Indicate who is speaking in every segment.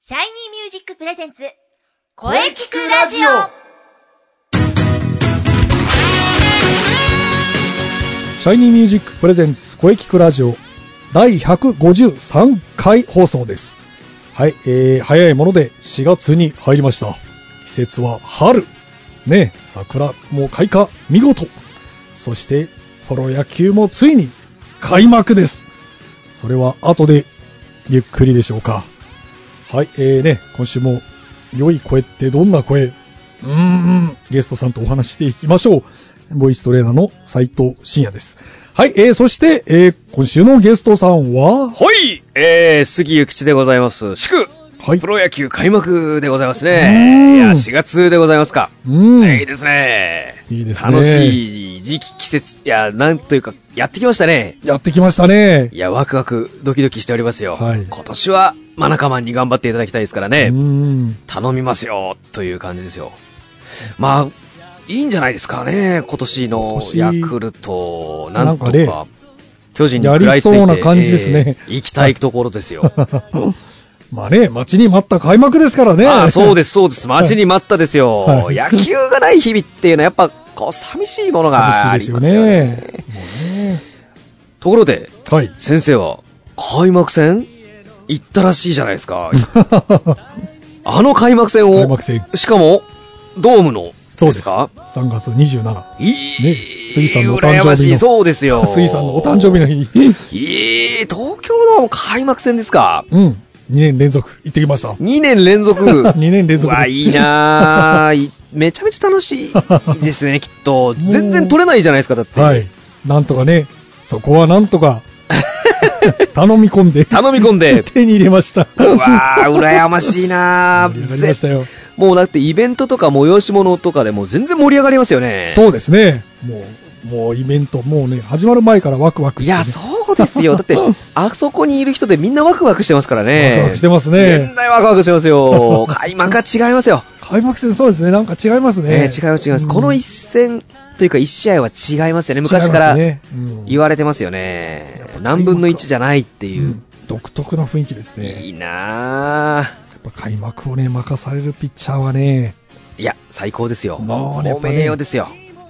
Speaker 1: シャイニーミュージックプレゼンツ、
Speaker 2: 声聞くラジオ
Speaker 3: シャイニーミュージックプレゼンツ声聞くラジオ第153回放送です。はい、えー、早いもので4月に入りました。季節は春。ねえ、桜も開花、見事。そして、プロ野球もついに開幕です。それは後でゆっくりでしょうか。はい、えーね、今週も良い声ってどんな声うーん、ゲストさんとお話ししていきましょう。ボイストレーナーの斉藤慎也です。はい、えー、そして、えー、今週のゲストさんは、
Speaker 2: ほいえー、杉ゆきちでございます。祝
Speaker 3: はい
Speaker 2: プ、ロ野球開幕でございます
Speaker 3: うん
Speaker 2: ね。いや、4月でございますか。
Speaker 3: うん、
Speaker 2: いいですね。
Speaker 3: いいですね
Speaker 2: 楽しい時期、季節、いや、なんというか、やってきましたね。
Speaker 3: やってきましたね
Speaker 2: い。や、ワクワク、ドキドキしておりますよ。
Speaker 3: はい
Speaker 2: 今年は、マナカマンに頑張っていただきたいですから
Speaker 3: う
Speaker 2: ね。
Speaker 3: ん、
Speaker 2: 頼みますよ、という感じですよ。まあ、いいんじゃないですかね、今年の
Speaker 3: 今
Speaker 2: ヤ
Speaker 3: 年
Speaker 2: クルト、なんとか、
Speaker 3: なんか
Speaker 2: 巨人に食らいついて
Speaker 3: やりそうな感じですね
Speaker 2: えー行きたいところで すよ。
Speaker 3: まあね、待ちに待った開幕ですからね。。
Speaker 2: ああ、そうですす、そう です。待ちに待ったですよ。
Speaker 3: はい
Speaker 2: 野球がない日々っていうのは、やっぱ、こう、寂しいものがあ
Speaker 3: 楽しいで
Speaker 2: ります
Speaker 3: す
Speaker 2: よ
Speaker 3: よ
Speaker 2: ね。
Speaker 3: ね。もうね
Speaker 2: ところで、
Speaker 3: はい。
Speaker 2: 先生は、開幕戦行ったらしいじゃないですか。 あの開幕戦
Speaker 3: 開
Speaker 2: を
Speaker 3: 幕、戦、
Speaker 2: しかも、ドームの、
Speaker 3: そうで
Speaker 2: ですすか
Speaker 3: 3月27。
Speaker 2: いい、
Speaker 3: ね杉さんのお誕生日の
Speaker 2: 羨ましいそうですよ。
Speaker 3: 水さんのお誕生日の日 に、
Speaker 2: いい、東京ドーム開幕戦ですか。
Speaker 3: うん、2年連続行ってきました。
Speaker 2: 2年 連続。
Speaker 3: 2年連
Speaker 2: う
Speaker 3: 続
Speaker 2: わ、
Speaker 3: です。
Speaker 2: いいなぁ。いめちゃめちゃ楽しいです ね、きっと。全然取れないじゃないですか、だって。
Speaker 3: はい。なんとかね、そこはなんと か、頼み込んで、
Speaker 2: 頼み込んで。
Speaker 3: 手に入れました。
Speaker 2: うわぁ、羨ましいな
Speaker 3: 盛り上がりました
Speaker 2: ぁ。
Speaker 3: よ。
Speaker 2: もうだってイベントとか催し物とかでも全然盛り上がりますよね。
Speaker 3: そうですね。もう、もうイベント、もうね、始まる前からワクワク
Speaker 2: い
Speaker 3: して、ね。
Speaker 2: や、そうですよ。だって、あそこにいる人でみんなワクワクしてますからね。
Speaker 3: ワクワクしてますね
Speaker 2: 現代ワクワクしてま すよ。開幕は違いますよ。
Speaker 3: 開幕戦そうですね、なんか違いますね。
Speaker 2: えー違います違います。この一戦というか一試合は違いますよね。昔から
Speaker 3: 違いますねうん
Speaker 2: 言われてますよね。何分の1じゃないっていうう。
Speaker 3: ん独特な雰囲気ですね。
Speaker 2: いい
Speaker 3: や
Speaker 2: なぁ。
Speaker 3: っぱ開幕をね、任されるピッチャーはね、
Speaker 2: いや、最高ですよ。
Speaker 3: もうねやっ
Speaker 2: お
Speaker 3: ぱね
Speaker 2: 名誉ですよ。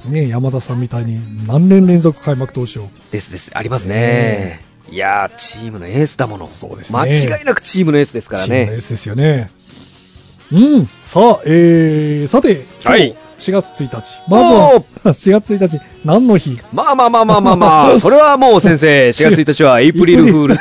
Speaker 3: ね、山田さんみたいに何年連続開幕投手を。
Speaker 2: ですです。ありますね。いやー、チームのエースだもの。
Speaker 3: そうですね
Speaker 2: 間違いなくチームのエースですから
Speaker 3: チームのエ
Speaker 2: ね
Speaker 3: ー。スですよね。うん。さあ、えー、さて、今
Speaker 2: は
Speaker 3: 日
Speaker 2: い
Speaker 3: 4月1日。まずは
Speaker 2: おー、
Speaker 3: 4月1日、何の日
Speaker 2: まあまあまあまあまあま あ、それはもう先生、4月1日はエイプリルフール。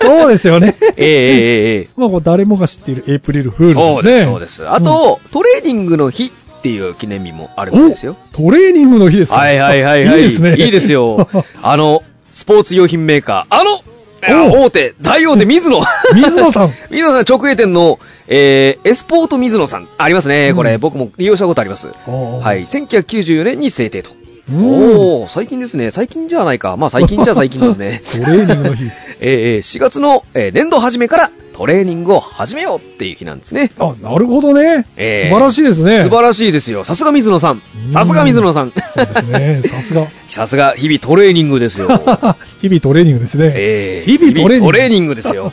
Speaker 3: そうですよ ね。
Speaker 2: ええええええ。
Speaker 3: まあ、こう誰もが知っているエイプリルフールですね。
Speaker 2: そうです、そうです。あと、トレーニングの日っていう記念日もあるんですよ。
Speaker 3: うん、トレーニングの日ですか
Speaker 2: はいはいはいはい。
Speaker 3: いですね。。
Speaker 2: いいですよあの、スポーツ用品メーカー、あの、
Speaker 3: お
Speaker 2: 大手、大大手、水野。
Speaker 3: 水野さん。
Speaker 2: 水野さん直営店の、えー、エスポート水野さん。ありますね。これ、
Speaker 3: うん
Speaker 2: 僕も利用したことあります。は。。
Speaker 3: はい
Speaker 2: 1994年に制定と。
Speaker 3: うん。
Speaker 2: おー、最近ですね。最近じゃないか。まあ最近じゃ最近ですね。
Speaker 3: トレーニングの日。
Speaker 2: えーえー、4月の、えー年度初めからトレーニングを始めようっていう日なんですね。
Speaker 3: あ、なるほどね。
Speaker 2: ええ
Speaker 3: 素晴らしいですね。
Speaker 2: 素晴らしいですよ。さすが水野さん
Speaker 3: う。ん
Speaker 2: さすが水野さん。
Speaker 3: そうですね。さすが。
Speaker 2: さすが日々トレーニングですよ。
Speaker 3: 日々トレーニングですね。
Speaker 2: え
Speaker 3: 日々トレーニング。
Speaker 2: で すよ。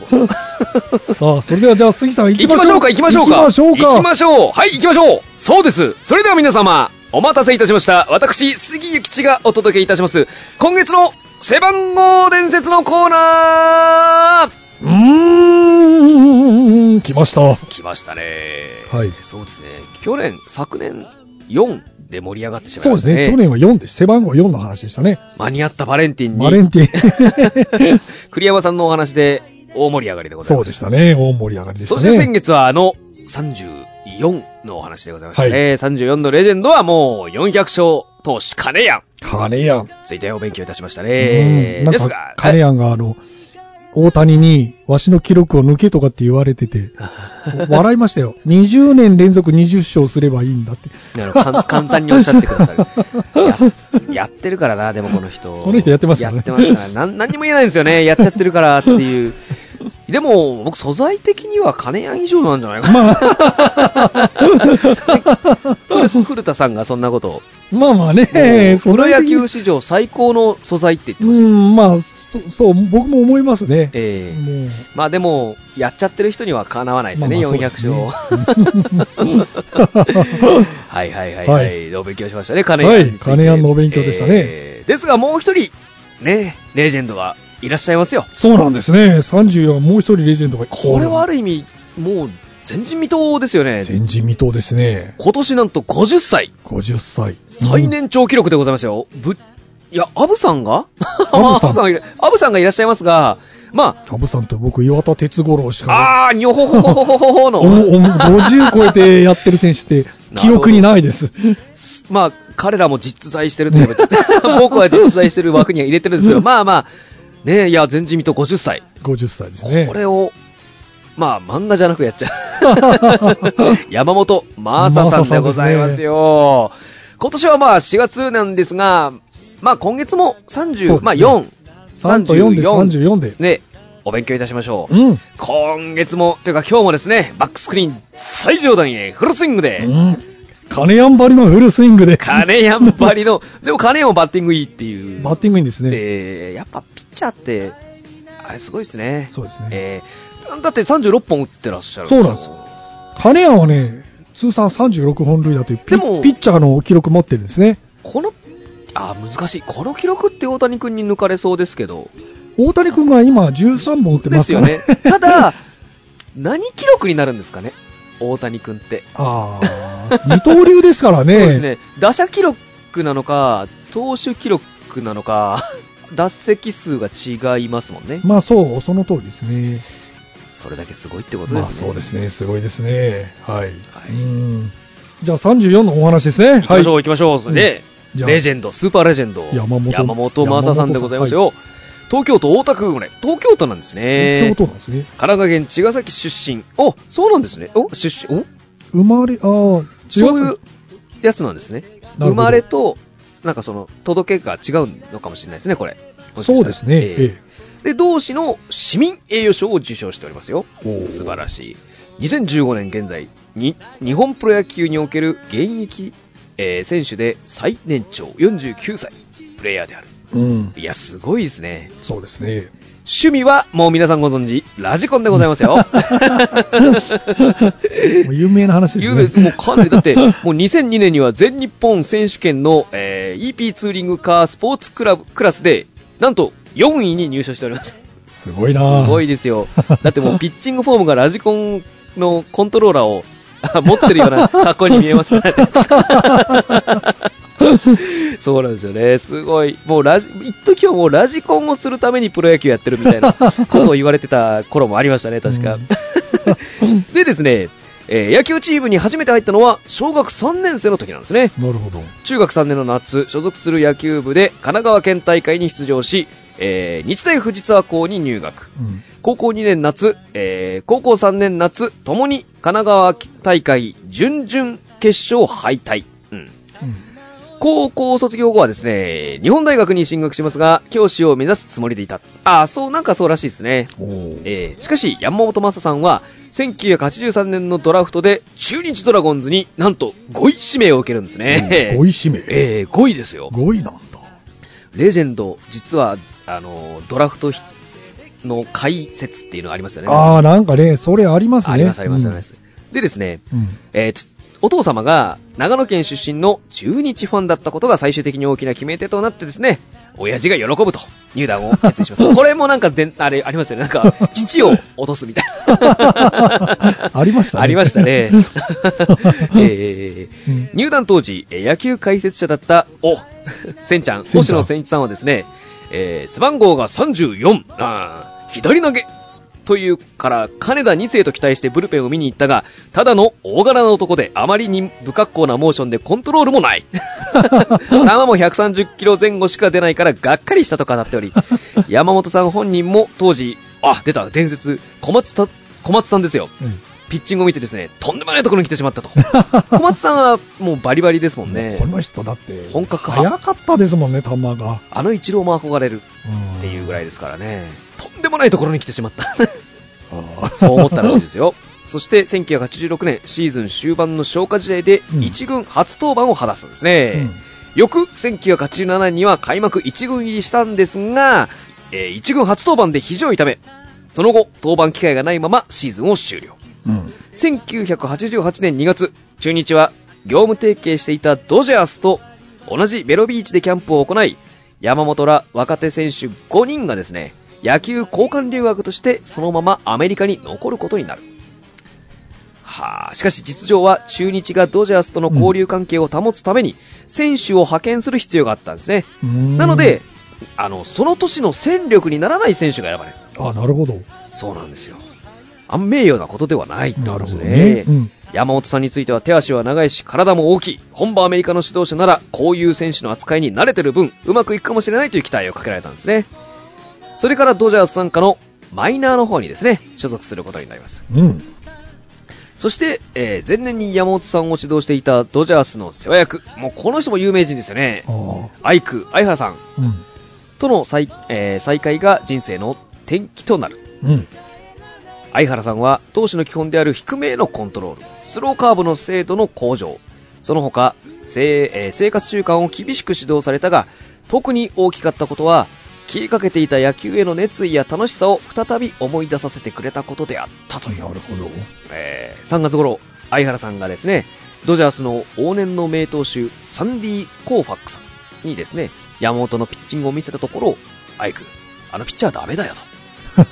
Speaker 3: さあ、それではじゃあ、杉さん行き
Speaker 2: 行き
Speaker 3: ま
Speaker 2: ま
Speaker 3: し
Speaker 2: し
Speaker 3: ょ
Speaker 2: ょ
Speaker 3: う
Speaker 2: う
Speaker 3: か。
Speaker 2: か、行きましょうか。
Speaker 3: 行きましょうか。
Speaker 2: 行きましょう。はい、行きましょう。そうです。それでは皆様、お待たせいたしました。私、杉ゆきちがお届けいたします。今月の背番号伝説のコーナー
Speaker 3: うーん、来ました。は
Speaker 2: 来ましたね。
Speaker 3: い。
Speaker 2: そうですね。去年、昨年、4で盛り上がってしまい
Speaker 3: そう
Speaker 2: ま
Speaker 3: で
Speaker 2: し
Speaker 3: す
Speaker 2: たね。
Speaker 3: ね。去年は4でした背番号4の話でしたね。
Speaker 2: 間に合ったバレンティン
Speaker 3: バレン
Speaker 2: に、
Speaker 3: ティ ン。
Speaker 2: 栗山さんのお話で大盛り上がりでござ
Speaker 3: そ
Speaker 2: い
Speaker 3: う
Speaker 2: まし
Speaker 3: で
Speaker 2: た。
Speaker 3: したね。大盛り上がりでした
Speaker 2: そ
Speaker 3: ね。
Speaker 2: して先月はあの34のお話でございましたね。
Speaker 3: はい
Speaker 2: 34のレジェンドはもう400勝投手金谷。
Speaker 3: 金谷。
Speaker 2: ついてお勉強いたしました
Speaker 3: う
Speaker 2: ね
Speaker 3: ん。なん
Speaker 2: です
Speaker 3: か
Speaker 2: が、、
Speaker 3: 金
Speaker 2: はい
Speaker 3: 谷があの、大谷に、わしの記録を抜けとかって言われて て、笑いましたよ。20年連続20勝すればいいんだって。
Speaker 2: なるほどかん 簡単におっしゃってください。ややってるからな、でもこの人。
Speaker 3: この人やってますよね
Speaker 2: やってますから。なん何にも言えないんですよね。やっちゃってるからっていう。でも、僕、素材的には金谷以上なんじゃないかな。
Speaker 3: まあ、
Speaker 2: 古田さんがそんなことを。
Speaker 3: まあまあね、
Speaker 2: プ
Speaker 3: そ
Speaker 2: ロ
Speaker 3: れ
Speaker 2: 野
Speaker 3: 的に
Speaker 2: 球史上最高の素材って言って
Speaker 3: う
Speaker 2: ました。
Speaker 3: ん、まあ、そそう、僕も思いますね。
Speaker 2: ええ
Speaker 3: もう
Speaker 2: まあでも、やっちゃってる人にはかなわないですね、
Speaker 3: まあまあ
Speaker 2: 400勝。はいはいはいは。
Speaker 3: はいい
Speaker 2: お勉強しましたね、金
Speaker 3: は
Speaker 2: 谷
Speaker 3: い
Speaker 2: について。
Speaker 3: 金谷のお勉強でしたね
Speaker 2: えーですがもう一人、ね、レジェンドがいらっしゃいますよ。
Speaker 3: そうなんですね。34、もう一人レジェンドが。
Speaker 2: これはあ
Speaker 3: る。
Speaker 2: る意味、もう前人未到ですよね。
Speaker 3: 前人未到ですね。
Speaker 2: 今年なんと50歳。
Speaker 3: 50歳。
Speaker 2: 最年長記録でございましたよ。ぶいや、アブさんが
Speaker 3: アブさん
Speaker 2: まあがいら アブさんがいらっしゃいますが、ま
Speaker 3: うん。サブさんと僕、岩田哲五郎し
Speaker 2: あ、
Speaker 3: か。
Speaker 2: あー、にょほほほほほほほ
Speaker 3: お
Speaker 2: の。
Speaker 3: お50超えてやってる選手って、記憶にないです。
Speaker 2: まあ、彼らも実在してるといえば、 僕は実在してる枠には入れてるんですけど、まあまあ、ねいや、前人未到50歳。
Speaker 3: 50歳ですね。
Speaker 2: これを、まあ、漫画じゃなくやっ ちゃう。山本マーサさんでございますよ。今年はまあ、4月なんですが、まあ、今月も
Speaker 3: そう
Speaker 2: 30、
Speaker 3: ですね
Speaker 2: まあ4、
Speaker 3: 3と4で
Speaker 2: 34
Speaker 3: 34で。
Speaker 2: で、お勉強いたしましょう。
Speaker 3: うん。
Speaker 2: 今月も、というか今日もですね、バックスクリーン最上段へフルスイングで、
Speaker 3: うん。金やんばりのフルスイングで。
Speaker 2: 金やんばりの、でも金やもバッティングいいっていう。
Speaker 3: バッティングいいんですね。
Speaker 2: えーやっぱピッチャーって、あれすごいですね。
Speaker 3: そうですね
Speaker 2: えーだって36本打ってらっしゃる
Speaker 3: そうなんです金谷はね、通算36本塁打というピ
Speaker 2: でも
Speaker 3: ピッチャーの記録持ってるんですね。
Speaker 2: この、あー、難しい。この記録って大谷君に抜かれそうですけど。
Speaker 3: 大谷君が今13本打って
Speaker 2: で
Speaker 3: ますすか
Speaker 2: よ
Speaker 3: ら
Speaker 2: ね。ただ、何記録になるんですかね大谷君って。
Speaker 3: ああ、二刀流ですからね。
Speaker 2: そうですね。打者記録なのか、投手記録なのか、 脱席数が違いますもんね。
Speaker 3: まあそう、その通りですね。
Speaker 2: それだけすごいってことですね。
Speaker 3: まあそうですね、すごいですね。はい。
Speaker 2: はい
Speaker 3: うんじゃあ34のお話ですね。
Speaker 2: 行きましょう、行きましょう。それで、
Speaker 3: じゃあ
Speaker 2: レジェンド、スーパーレジェンド、
Speaker 3: 山本
Speaker 2: 正さんでございますよ。東京都大田区生まれ、東京都なんです
Speaker 3: 京
Speaker 2: ね。神
Speaker 3: 都なんですね。
Speaker 2: 奈川県茅ヶ崎出身。お、そうなんですね。お、出身、お
Speaker 3: 生まれ、ああ、
Speaker 2: そうい
Speaker 3: 違
Speaker 2: うやつなんですね。
Speaker 3: なるほど
Speaker 2: 生まれと、なんかその、届けが違うのかもしれないですね、これ。
Speaker 3: そうですね。
Speaker 2: ええ
Speaker 3: え
Speaker 2: で、同市の市民栄誉賞を受賞しておりますよ。
Speaker 3: お
Speaker 2: 素晴らしい。2015年現在、に、日本プロ野球における現役、えー選手で最年長49歳、プレイヤーである。
Speaker 3: えうん。
Speaker 2: いや、すごいですね。
Speaker 3: そうですね。
Speaker 2: 趣味は、もう皆さんご存知、ラジコンでございますよ。
Speaker 3: もう有名な話です
Speaker 2: 有
Speaker 3: ね。
Speaker 2: 名もうかなり、だって、もう2002年には全日本選手権の、えー EP ツーリングカースポーツクラブ、クラスで、なんと4位に入賞しております。
Speaker 3: すごいな
Speaker 2: すごいですよ。だってもうピッチングフォームがラジコンのコントローラーを持ってるよ うな格好に見えますからね。そうなんですよね。すごい。もうラジ、一時はもうラジコンをするためにプロ野球やってるみたいなことを言われてた頃もありましたね、確か。 でですね、えー野球チームに初めて入ったのは小学3年生の時なんですね。
Speaker 3: なるほど。
Speaker 2: 中学3年の夏、所属する野球部で神奈川県大会に出場し、えー日大藤沢校に入学。
Speaker 3: うん。
Speaker 2: 高校2年夏、えー高校3年夏、ともに神奈川大会準々決勝敗退。うん。
Speaker 3: うん
Speaker 2: 高校卒業後はですね、日本大学に進学しますが、教師を目指すつもりでいた。ああ、そう、なんかそうらしいですね。
Speaker 3: おー
Speaker 2: えーしかし、山本正さんは、1983年のドラフトで、中日ドラゴンズになんと5位指名を受けるんです
Speaker 3: 5
Speaker 2: ね。
Speaker 3: 位指名。
Speaker 2: えー5位ですよ。
Speaker 3: 5位なんだ。
Speaker 2: レジェンド、実は、あの、ドラフトひの解説っていうのがありますよね。
Speaker 3: ああ、なんかね、それありますね。
Speaker 2: ありますありますあります。でですね、
Speaker 3: うん。うん
Speaker 2: えーちお父様が長野県出身の中日ファンだったことが最終的に大きな決め手となってですね、親父が喜ぶと入団を決意 します。これもなんかで、あれ、ありますよね。なんか、父を落とすみたいな。
Speaker 3: ありましたね
Speaker 2: ありまし たね。えー
Speaker 3: うん
Speaker 2: 入団当時、えー野球解説者だった、お、せんちゃん、
Speaker 3: せんちゃん
Speaker 2: 星野千一さんはですね、えー背番号が34、あー左投げ、というから、金田2世と期待してブルペンを見に行ったが、ただの大柄な男で、あまりに不格好なモーションでコントロール もない。球も130キロ前後しか出ないから、がっかりしたと語っており、山本さん本人も当時、あ、出た、伝説、小松た、小松さんですよ。ピッチングを見てですね、とんでもないところに来てしまった と。小松さんはもうバリバリですもんね
Speaker 3: こ。の人だって、
Speaker 2: 本格派
Speaker 3: 早かったですもんね、球が。
Speaker 2: あの一郎も憧れるっていうぐらいですからね。とんでもないところに来てしまった。
Speaker 3: あー
Speaker 2: そう思ったらしいですよ。そして1986年シーズン終盤の消化試合で
Speaker 3: うん
Speaker 2: 1軍初登板を果たすんです
Speaker 3: う
Speaker 2: ね。
Speaker 3: ん
Speaker 2: 翌1987年には開幕1軍入りしたんですが、えー一軍初登板で肘を痛め、その後、登板機会がないままシーズンを終了。
Speaker 3: うん。
Speaker 2: 1988年2月、中日は業務提携していたドジャースと同じベロビーチでキャンプを行い、山本ら若手選手5人がですね、野球交換留学としてそのままアメリカに残ることになる。はあ、しかし実情は中日がドジャースとの交流関係を保つために選手を派遣する必要があったんですね。
Speaker 3: うーん
Speaker 2: なので、、あの、その年の戦力にならない選手が選ばれる。
Speaker 3: あ、なるほど。
Speaker 2: そうなんですよ。あん名誉なことではないってこと
Speaker 3: なる
Speaker 2: で
Speaker 3: ほど
Speaker 2: すね
Speaker 3: ね。。うん。
Speaker 2: 山本さんについては手足は長いし体も大きい。本場アメリカの指導者ならこういう選手の扱いに慣れてる分、うまくいくかもしれないという期待をかけられたんですね。それからドジャース参加のマイナーの方にですね、所属することになります。
Speaker 3: うん。
Speaker 2: そして、えー前年に山本さんを指導していたドジャースの世話役。もうこの人も有名人ですよね。
Speaker 3: あ
Speaker 2: アイク、相原さん
Speaker 3: あ。うん。
Speaker 2: との再,、えー再会が人生の転機となる。
Speaker 3: うん。
Speaker 2: 相原さんは投手の基本である低めへのコントロール、スローカーブの精度の向上、その他、せえー生活習慣を厳しく指導されたが、特に大きかったことは、消えかけていた野球への熱意や楽しさを再び思い出させてくれたことであったという。
Speaker 3: なるほど。
Speaker 2: えー3月頃、相原さんがですね、ドジャースの往年の名投手、サンディ・コーファックさんにですね、山本のピッチングを見せたところ、アイク、あのピッチャーはダメだよと。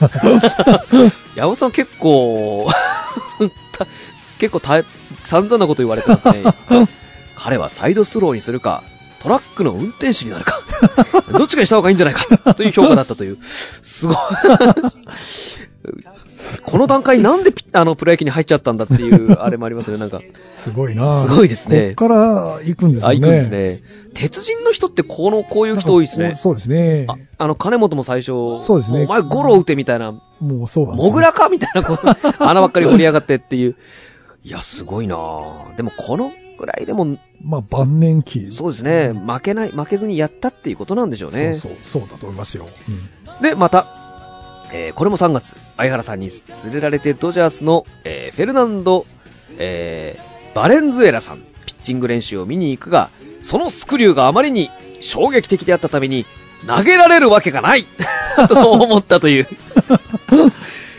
Speaker 2: 山本さん結構、た結構た散々なこと言われてますね。彼はサイドスローにするか、トラックの運転手になるか、どっちかにした方がいいんじゃないか、という評価だったという。すごい。この段階なんでピあのプロ野球に入っちゃったんだって いう、あれもありますね。なんか、
Speaker 3: すごいな。
Speaker 2: すごいですね
Speaker 3: こっから行くんですね。
Speaker 2: あ、行くんです。ね。鉄人の人ってこの、こういう人多いですね。
Speaker 3: そうですね
Speaker 2: あ。あの、金本も最初、
Speaker 3: そうですね
Speaker 2: お前ゴロ打てみたいな、
Speaker 3: もうそうなんです
Speaker 2: モグラかみたい な、こう穴ばっかり掘り上がってっていう。いや、すごいなぁ。でも、このぐらいでも、
Speaker 3: まあ、晩年期。
Speaker 2: そうですね、負けない、負けずにやったっていうことなんでしょうね。
Speaker 3: そうそう、そうだと思いますよ。
Speaker 2: で、また、えーこれも3月、相原さんに連れられてドジャースの、えーフェルナンド、えーバレンズエラさん、ピッチング練習を見に行くが、そのスクリューがあまりに衝撃的であったために、投げられるわけがない と思ったという。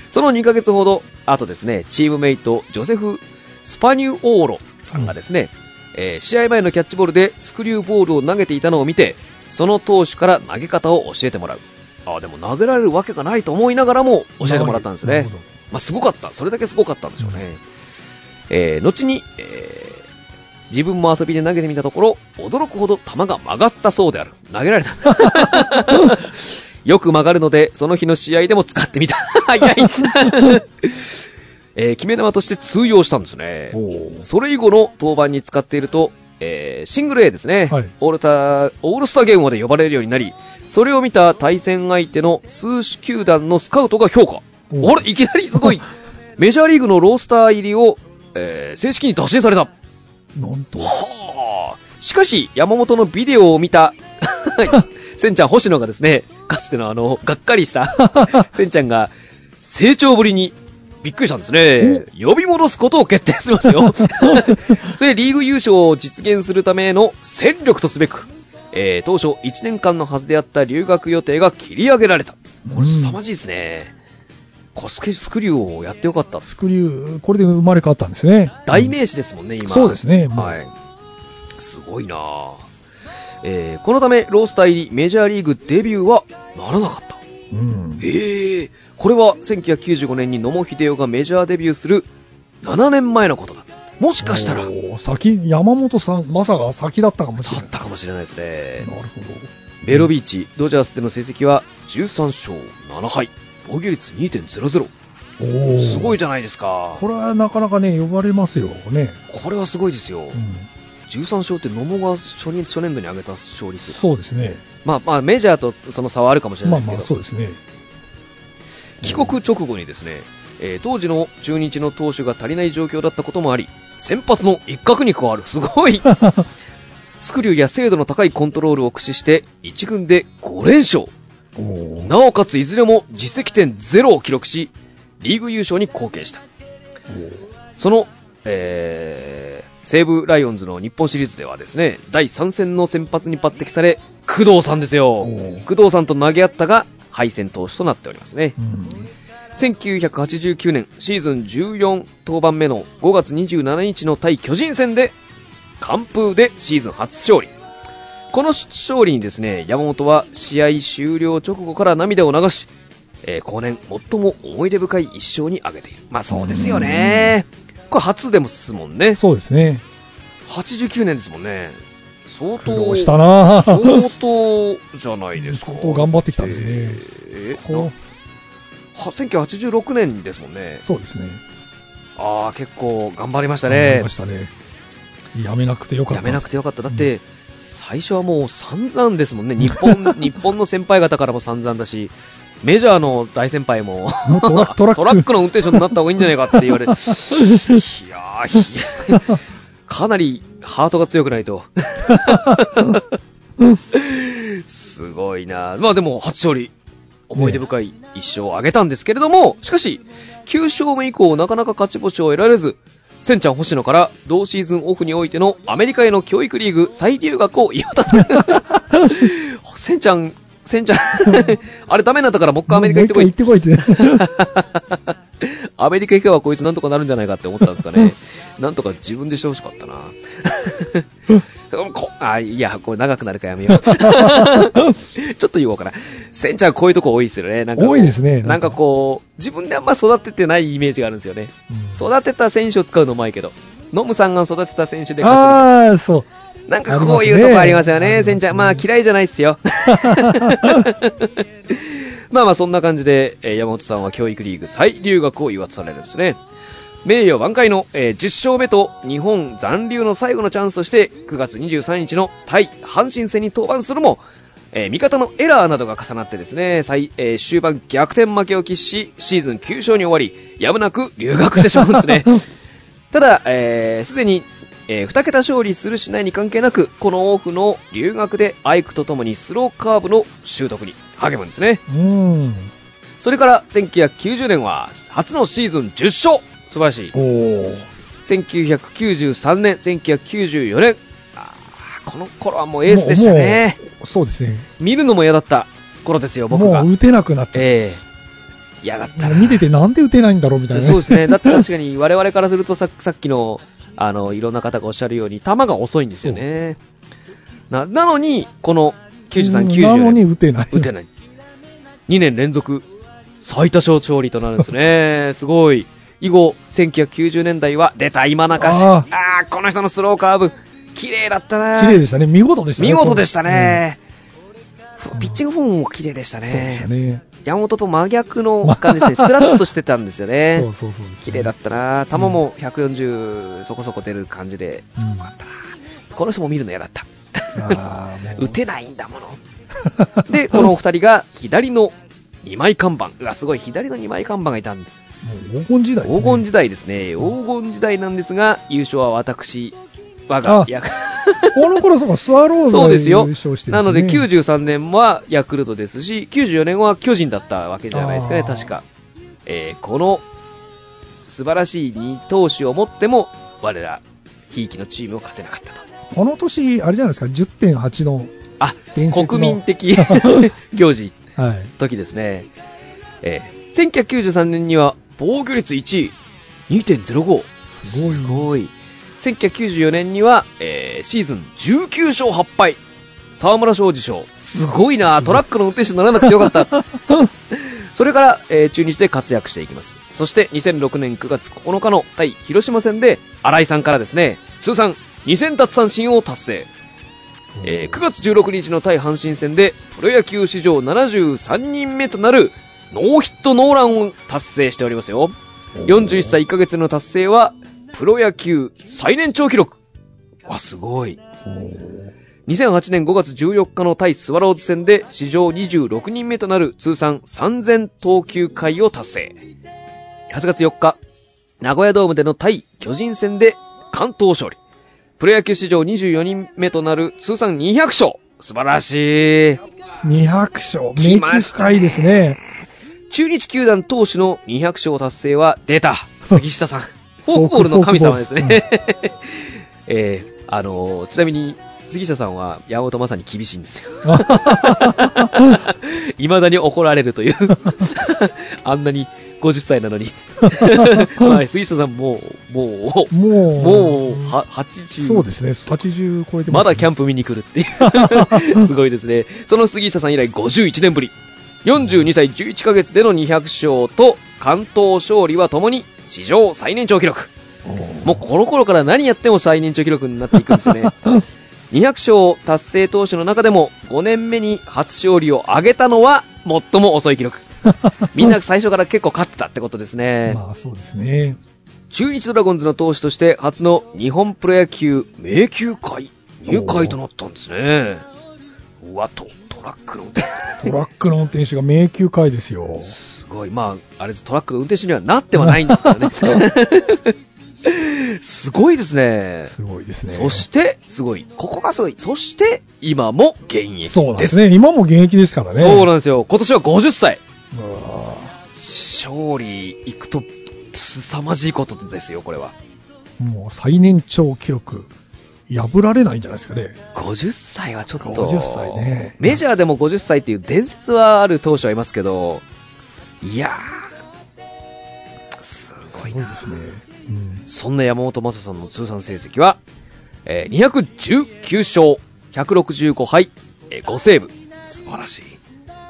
Speaker 2: その2ヶ月ほど後ですね、チームメイト、ジョセフ・スパニュオーロさんがですね、えー試合前のキャッチボールでスクリューボールを投げていたのを見て、その投手から投げ方を教えてもらう。ああ、でも投げられるわけがないと思いながらも教えてもらったんです
Speaker 3: なる
Speaker 2: ね
Speaker 3: ほ。ど
Speaker 2: まあ、すごかった。それだけすごかったんでしょうね。えー、後に、えー、自分も遊びで投げてみたところ、驚くほど球が曲がったそうである。投げら れた。よく曲がるので、その日の試合でも使ってみた。 早い。えー、決め球として通用したんですね。
Speaker 3: おー
Speaker 2: それ以後の登板に使っていると、えーシングル A ですね、
Speaker 3: はい
Speaker 2: オールターオールスターゲームまで呼ばれるようになり、それを見た対戦相手の数種球団のスカウトが評価。
Speaker 3: お
Speaker 2: あれいきなりす ごいメジャーリーグのロースター入りを、えー正式に打診された。
Speaker 3: なんと。
Speaker 2: はあ。しかし、山本のビデオを 見た、センちゃん星野がですね、かつてのあの、がっか りした、センちゃんが、成長ぶりに、びっくりしたんですね。呼び戻すことを決定します よ。それでリーグ優勝を実現するための戦力とすべく、えー当初1年間のはずであった留学予定が切り上げられた。これ凄まじいですね。コスケスクリューをやってよかったっす
Speaker 3: スクリュー、これで生まれ変わったんですね。
Speaker 2: 代名詞ですもんね、今。
Speaker 3: そうですねもう
Speaker 2: はい。すごいなぁえー、このため、ロースター入りメジャーリーグデビューはならなかった。
Speaker 3: うん。
Speaker 2: ええこれは1995年に野茂英雄がメジャーデビューする7年前のことだ。もしかしたら、
Speaker 3: お
Speaker 2: だ
Speaker 3: ー先、山本さん、まさか先だったかもしれ
Speaker 2: ったかもしれないですね。
Speaker 3: ない。なるほど。
Speaker 2: ベロビーチ、ドジャースでの成績は13勝7敗、防御率2.00。
Speaker 3: おー
Speaker 2: すごいじゃないですか。
Speaker 3: これはなかなかね、呼ばれますよね。
Speaker 2: これはすごいですよ。
Speaker 3: うん。
Speaker 2: 13勝って野茂が初年初年度に挙げた勝率。
Speaker 3: そうですね。
Speaker 2: まあまあメジャーとその差はあるかもしれ
Speaker 3: ま
Speaker 2: ない
Speaker 3: あ
Speaker 2: です
Speaker 3: ま
Speaker 2: け
Speaker 3: あ、
Speaker 2: ど、
Speaker 3: そうですね。
Speaker 2: 帰国直後にですね、えー当時の中日の投手が足りない状況だったこともあり、先発の一角に加わる。す ごいスクリューや精度の高いコントロールを駆使して、1軍で5連勝。
Speaker 3: おー
Speaker 2: なおかついずれも実績点0を記録し、リーグ優勝に貢献した。
Speaker 3: おー
Speaker 2: その、えー、西武ライオンズの日本シリーズではですね、第3戦の先発に抜擢され、工藤さんですよ
Speaker 3: お。ー
Speaker 2: 工藤さんと投げ合ったが、敗戦投手となっておりますね。
Speaker 3: うん
Speaker 2: 1989年シーズン14登板目の5月27日の対巨人戦で完封でシーズン初勝利この勝利にですね山本は試合終了直後から涙を流し、えー後年最も思い出深い一勝に挙げているまあそうですよねこれ初でもすもんね
Speaker 3: そうですね。
Speaker 2: 89年ですもんね相当
Speaker 3: 苦労したな
Speaker 2: 相
Speaker 3: ぁ。
Speaker 2: 当じゃないですか
Speaker 3: 相当頑張ってきたんですね
Speaker 2: えー
Speaker 3: こ
Speaker 2: は1986年ですもんね
Speaker 3: うそうですね。
Speaker 2: ああ、結構頑張りました
Speaker 3: 頑張り
Speaker 2: ね
Speaker 3: ま。したね。やめなくてよかった。
Speaker 2: やめなくてよかった。だって、最初はもう散々ですもんね。日本、日本の先輩方からも散々だし、メジャーの大先輩も、
Speaker 3: もうト ラトラック
Speaker 2: の運転手になった方がいいんじゃないかって言われて、いやー、いやーかなりハートが強くないと。すごいな。まあでも、初勝利。思い出深い一勝を挙げたんですけれども、しかし、9勝目以降なかなか勝ち星を得られず、センちゃん星野から同シーズンオフにおいてのアメリカへの教育リーグ再留学を言 い渡す。センちゃん、センちゃん、あれダメになったからもう一回アメリカ行って
Speaker 3: も
Speaker 2: こい
Speaker 3: う一。回行ってこいって。
Speaker 2: アメリカ行けばこいつなんとかなるんじゃないかって思ったんです かね。なんとか自分でしてほしかったな。こあ、いや、これ長くなるからやめよう。 ちょっと言おうかな。センちゃんこういうとこ多いですよね。なんかこう
Speaker 3: 多いですねなんか
Speaker 2: なんかこう、自分であんま育ててないイメージがあるんですよね。
Speaker 3: うん
Speaker 2: 育てた選手を使うのうまいけど、ノムさんが育てた選手で勝
Speaker 3: ああ、そう。
Speaker 2: つ。なんかこういうとこありますよ
Speaker 3: あります
Speaker 2: ね、
Speaker 3: ね
Speaker 2: センちゃん。まあ嫌いじゃないっす よ。まあまあそんな感じで、えー山本さんは教育リーグ再留学を言わされるんですね。名誉挽回の、えー10勝目と日本残留の最後のチャンスとして9月23日の対阪神戦に登板するも、えー味方のエラーなどが重なってですね、最えー終盤逆転負けを喫し、シーズン9勝に終わり、やむなく留学してしまうん ですね。ただ、えーすでに、え2桁勝利するしないに関係なく、このオフの留学でアイクと共にスローカーブの習得に励むんですね。
Speaker 3: うん。
Speaker 2: それから1990年は初のシーズン10勝素晴らしい
Speaker 3: おー。
Speaker 2: 1993年1994年あーこの頃はもうエースでしたね
Speaker 3: もう。もうそうですね。
Speaker 2: 見るのも嫌だった頃ですよ僕が
Speaker 3: もう打てなくなっちゃっ
Speaker 2: ええ嫌だった
Speaker 3: た。
Speaker 2: な
Speaker 3: 見ててなんで打てないんだろうみたいなね。
Speaker 2: そうですねだって確かに 我々からするとささっきのあのいろんな方がおっしゃるように球が遅いんですよねななのにこの
Speaker 3: う
Speaker 2: 93、
Speaker 3: んなの
Speaker 2: 94
Speaker 3: に
Speaker 2: 年
Speaker 3: 打てない。
Speaker 2: 打てない。2年連続最多勝勝利となるんで すね。すごい。以後、1990年代は出た今中市。あ
Speaker 3: あ
Speaker 2: あー、この人のスローカーブ、綺麗だったな。
Speaker 3: 綺麗でしたね。見事でしたね。
Speaker 2: 見事でしたね。
Speaker 3: うん
Speaker 2: ピッチングフォームも綺麗でした
Speaker 3: この。そうで
Speaker 2: ね。
Speaker 3: したね。
Speaker 2: 山本と真逆の感じ ですね。スラッとしてたんですよね。
Speaker 3: そうそうそうでしたね。
Speaker 2: 綺麗だったな。球も140そこそこ出る感じで、すごかったな。この人も見るの嫌だった。
Speaker 3: あーもう
Speaker 2: 打てないんだもの。 で、このお二人が左の2枚看板。うわ、すごい、左の2枚看板がいたんで。
Speaker 3: もう黄金時代ですね。
Speaker 2: 黄金時代ですね。黄金時代なんですが、優勝は私、我が
Speaker 3: あ、
Speaker 2: ヤク
Speaker 3: この頃そうか、スワローズが
Speaker 2: そうですよ
Speaker 3: 優勝してるん
Speaker 2: なので
Speaker 3: ね
Speaker 2: 93年はヤクルトですし、94年は巨人だったわけじゃないですかね、
Speaker 3: あー
Speaker 2: 確か。えーこの、素晴らしい二投手を持っても、我ら、ひいきのチームを勝てなかったと。
Speaker 3: この年、あれじゃないですか、10.8の、
Speaker 2: あ、
Speaker 3: 伝説の
Speaker 2: 国民 的行事。
Speaker 3: はい。
Speaker 2: 時ですね、えー1993年には防御率1位2.05
Speaker 3: すごい
Speaker 2: す
Speaker 3: な
Speaker 2: ごい1994年には、えーシーズン19勝8敗沢村賞受賞すごいなトラックの運転手にならなくてよかったそれから、えー中日で活躍していきますそして2006年9月9日の対広島戦で新井さんからですね通算2000奪三振を達成えー9月16日の対阪神戦でプロ野球史上73人目となるノーヒットノーランを達成しておりますよ41歳1ヶ月の達成はプロ野球最年長記録わすごい2008年5月14日の対スワローズ戦で史上26人目となる通算3000投球回を達成8月4日名古屋ドームでの対巨人戦で関東勝利プロ野球史上24人目となる通算200勝素晴らしい
Speaker 3: 200勝。
Speaker 2: 来ましたね
Speaker 3: めでたいですね。
Speaker 2: 中日球団投手の200勝達成は出た杉下 さんフォークボールの神様ですね、えーあのーちなみに杉下さんは山本まさに厳しいんです よ
Speaker 3: あはは
Speaker 2: 未だに怒られ るというあんなに50歳なのに、はい、杉下さんもうもう
Speaker 3: もう、
Speaker 2: もうは80
Speaker 3: そうですね、80超えてます、ね。
Speaker 2: まだキャン
Speaker 3: プ。
Speaker 2: プ見に来るっていう。すごいですね。その杉下さん以来51年ぶり。42歳11ヶ月での200勝と関東勝利はともに史上最年長記録。もうこの頃から何やっても最年長記録になっていくんですよね。200勝達成当初の中でも5年目に初勝利を挙げたのは最も遅い記録。みんな最初から結構勝ってたってことです ね。
Speaker 3: まあそうですね。
Speaker 2: 中日ドラゴンズの投手として初の日本プロ野球迷宮会入会となったんですね。うわと、トラックの運転。
Speaker 3: トラックの運転手が迷宮会ですよ。
Speaker 2: すごい。まあ、あれですトラックの運転手にはなってはないんで すからね。すごいですね。
Speaker 3: すごいですね。
Speaker 2: そして、すごい。ここがすごい。そして、今も現役です。
Speaker 3: そうなんですね。今も現役ですからね。
Speaker 2: そうなんですよ。今年は50歳。
Speaker 3: うわ
Speaker 2: 勝利いくと、凄まじいことですよ、これは。
Speaker 3: ぁもう最年長記録、破られないんじゃないですかね。
Speaker 2: 50歳はちょっと
Speaker 3: 50歳ね
Speaker 2: メジャーでも50歳っていう伝説はある投手はいますけどいやーすごいな
Speaker 3: ですね。うん。
Speaker 2: そんな山本昌さんの通算成績は、えー219勝165敗、えー5セーブ素晴らしい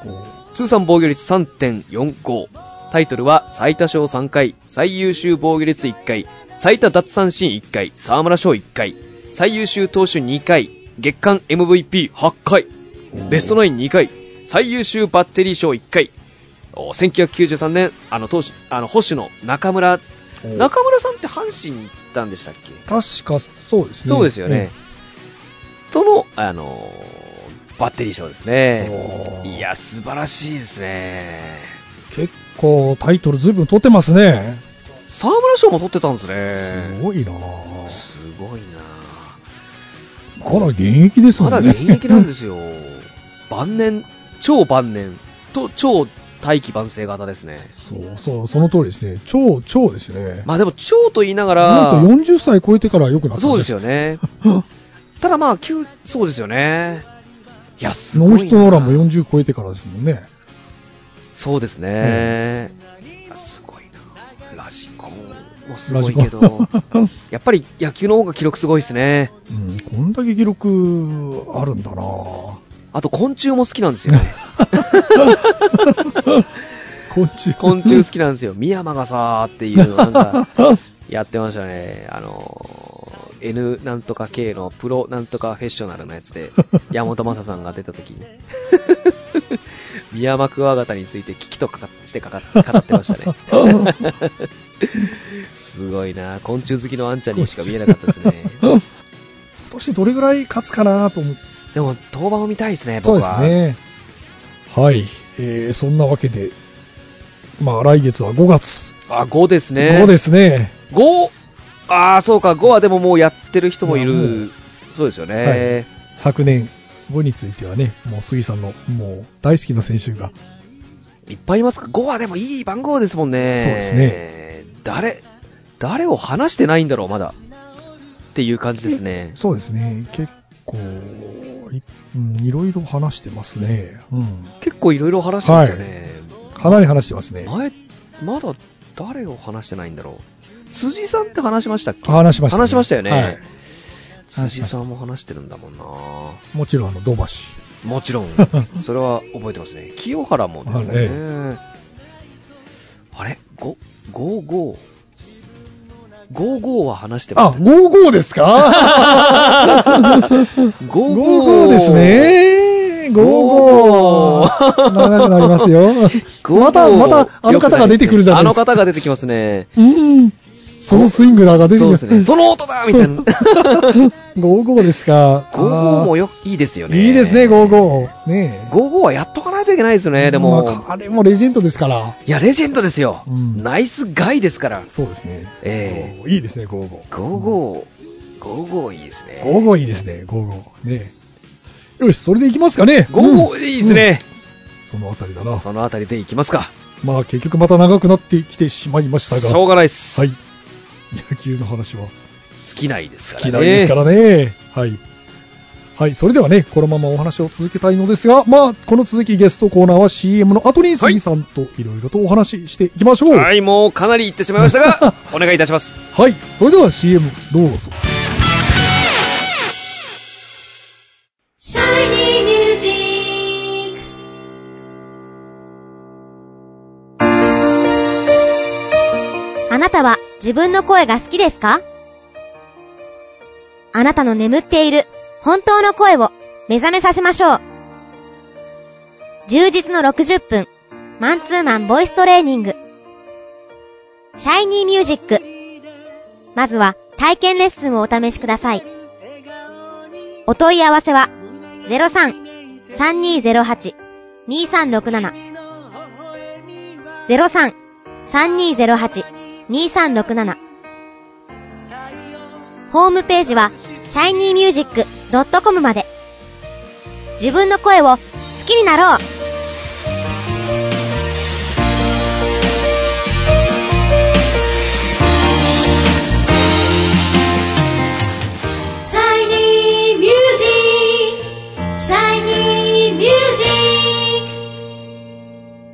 Speaker 3: こ
Speaker 2: 通算防御率3.45タイトルは最多勝3回最優秀防御率1回最多奪三振1回沢村賞1回最優秀投手2回月間 MVP8 回ベストナイン2回最優秀バッテリー賞1回お1993年あの投手あの保守の中村
Speaker 3: う
Speaker 2: 中村さんって阪神に行ったんでしたっけ
Speaker 3: 確かそうですね。
Speaker 2: そうですよね。との、あのーバッテリー賞ですね
Speaker 3: お。ー
Speaker 2: いや、素晴らしいですね。
Speaker 3: うん。結構タイトル随分取ってますね。
Speaker 2: 沢村賞も取ってたんです
Speaker 3: す
Speaker 2: ね。
Speaker 3: ごいなぁ。
Speaker 2: すごいな
Speaker 3: まだ現役ですも
Speaker 2: ま
Speaker 3: んね。
Speaker 2: だ現役なんですよ。晩年、超晩年と超大器晩成型ですね。
Speaker 3: そうそう、その通りですね。超、超ですね。
Speaker 2: まあでも超と言いなが
Speaker 3: なんと
Speaker 2: ら、
Speaker 3: 40歳超えてから良くなったん
Speaker 2: そうですよね。
Speaker 3: よ。
Speaker 2: ただまあ、急そうですよね。いや、すごい
Speaker 3: ノ
Speaker 2: な。
Speaker 3: ーヒットノーランも40超えてからですもんね。
Speaker 2: そうですね、あすごいな、ラジコンもす
Speaker 3: ラ
Speaker 2: ご
Speaker 3: ジ
Speaker 2: い
Speaker 3: コン、
Speaker 2: けどやっぱり野球の方が記録すごいですね、
Speaker 3: うん、こんだけ記録あるんだなぁ
Speaker 2: あと昆虫も好きな んですよね、
Speaker 3: 昆虫。
Speaker 2: 昆虫好きなんですよ、三山がさーっていうのな んかやってましたね、あのー N なんとか K のプロなんとかフェッショナルのやつ で、山本昌さんが出た時に。ミヤマクワガタについて危機とかかしてかか語ってました ね。すごいな昆虫好きのあんちゃんにしか見えなかったです ね。
Speaker 3: 今年どれぐらい勝つかなと思って。
Speaker 2: でも、登板を見たいですね、
Speaker 3: そう
Speaker 2: 僕
Speaker 3: で
Speaker 2: は。
Speaker 3: すね。はい。えー、そんなわけで、まあ来月は5月。
Speaker 2: あ、5ですね。
Speaker 3: 5ですね。
Speaker 2: 5ああ、そうか、5はでももうやってる人もい
Speaker 3: いやも
Speaker 2: る。そうですよね。
Speaker 3: 昨年5についてはね、もう杉さんのもう大好きな選手が、
Speaker 2: い、っぱいいますか ?5 はでもいい番号ですもんね。
Speaker 3: そうです
Speaker 2: ね。誰、誰を話してないんだろう、まだ。っていう感じですね。
Speaker 3: そうですね、結構、い,、うん、いろいろ話してますね。うん。
Speaker 2: 結構いろいろ話してますよね。
Speaker 3: かなり話してますね。
Speaker 2: 前、まだ誰を話してないんだろう。辻さんって話しましたっけ
Speaker 3: 話しましたね
Speaker 2: 話しましたよね。
Speaker 3: はい
Speaker 2: 辻さんも話してるんだもんな。
Speaker 3: もちろん、あの、土橋。
Speaker 2: もち ろん、それは覚えてますね。清原もですね。あれ ?5、5、5。5、5は話してま
Speaker 3: あ、
Speaker 2: すね。
Speaker 3: 55です か
Speaker 2: 5、
Speaker 3: ?55 です。ね。
Speaker 2: 55
Speaker 3: 55! 長くなりますよ。また、また、あの方が出てくるじゃないですか。
Speaker 2: あの方が出てきますね。
Speaker 3: うん。そのスイングラーが出て
Speaker 2: そう
Speaker 3: き
Speaker 2: で
Speaker 3: ますす
Speaker 2: ね。その音だみたいな。
Speaker 3: 55ですか。
Speaker 2: 55も
Speaker 3: よ
Speaker 2: よ、いいですよね。
Speaker 3: いいですね、55。ねえ。
Speaker 2: 55はやっとかないといけないですよね、で
Speaker 3: ま
Speaker 2: も。
Speaker 3: ああれもレジェンドですから。
Speaker 2: いや、レジェンドですよ。
Speaker 3: うん
Speaker 2: ナイスガイですから。
Speaker 3: そうですね。
Speaker 2: え
Speaker 3: いいですね、55。
Speaker 2: え55、55いいですね。
Speaker 3: 55いいですね、55。ねえよし、それでいきますかね。
Speaker 2: 55、
Speaker 3: うん
Speaker 2: いいですね。
Speaker 3: そのあたりだな。
Speaker 2: そのあたりでいきますか。
Speaker 3: まあ結局また長くなってきてしまいました
Speaker 2: し
Speaker 3: が。
Speaker 2: ょうがないっす。
Speaker 3: はい。野球の話は
Speaker 2: 尽きないですから
Speaker 3: 好
Speaker 2: ね。
Speaker 3: きないですからね。はい。はい、それではね、このままお話を続けたいのですが、まあ、この続きゲストコーナーは CM の後に、
Speaker 2: はい
Speaker 3: 杉さんといろいろとお話ししていきましょう。
Speaker 2: はい、もうかなり言ってしまいました が、お願いいたします。
Speaker 3: はい、それでは CM どうぞ。
Speaker 1: Shiny Music! あなたは自分の声が好きですかあなたの眠っている本当の声を目覚めさせましょう。充実の60分、マンツーマンボイストレーニング。シャイニーミュージック。まずは体験レッスンをお試しください。お問い合わせは03-3208-2367 03-3208-2367ホームページは shinymusic.com まで自分の声を好きになろうシャイニーミュージックシャイニーミュージック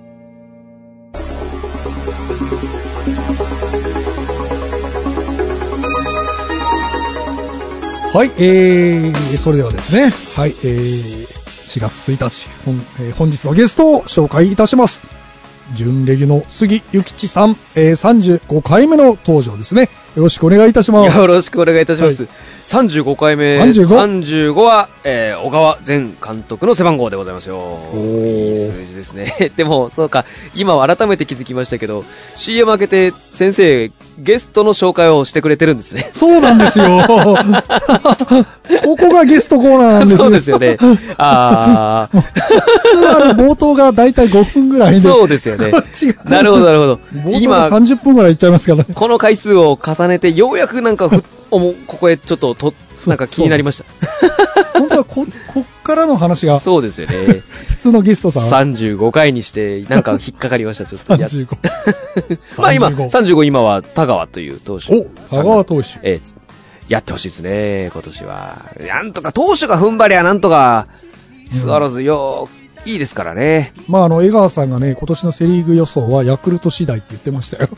Speaker 3: はい、えー、それではですね、はい、えー、4月1日、本,、えー本日のゲストを紹介いたします。準レギュの杉ゆきちさん、えー、35回目の登場ですね。よろしくお願いいたします。
Speaker 2: よろしくお願いいたします。
Speaker 3: は
Speaker 2: 35回目、
Speaker 3: 35
Speaker 2: 35, は、えー小川前監督の背番号でございますよ。
Speaker 3: ー
Speaker 2: いい数字ですね。 でも、そうか、今改めて気づきましたけど、CM 開けて先生、ゲストの紹介をしてくれてるんですね。
Speaker 3: そうなんですよ。 ここがゲストコーナーなんです
Speaker 2: そうですよねあー
Speaker 3: 普通は冒頭がだいたい5分ぐらいで。
Speaker 2: そうですよね
Speaker 3: こっちが。
Speaker 2: なるほど、なるほど。
Speaker 3: 冒頭が
Speaker 2: 今、
Speaker 3: 30分ぐらいいっちゃいますからね。
Speaker 2: この回数を重ねて、ようやくなんかふ、おもここへちょっとと、なんか気になりました。
Speaker 3: 本当はこ、こっからの話が、
Speaker 2: そうですよ ね。
Speaker 3: 普通のゲストさん。
Speaker 2: 35回にして、なんか引っかかりました、ちょっ と。やっ
Speaker 3: 35
Speaker 2: まあ今、
Speaker 3: 35
Speaker 2: 35今は田川という投手。
Speaker 3: お、佐川投手。
Speaker 2: ええつやってほしいですね、今年は。なんとか、投手が踏ん張りゃなんとか、スワローズよ、いいですからね。
Speaker 3: まあ、あの、江川さんがね、今年のセリーグ予想はヤクルト次第って言ってましたよ。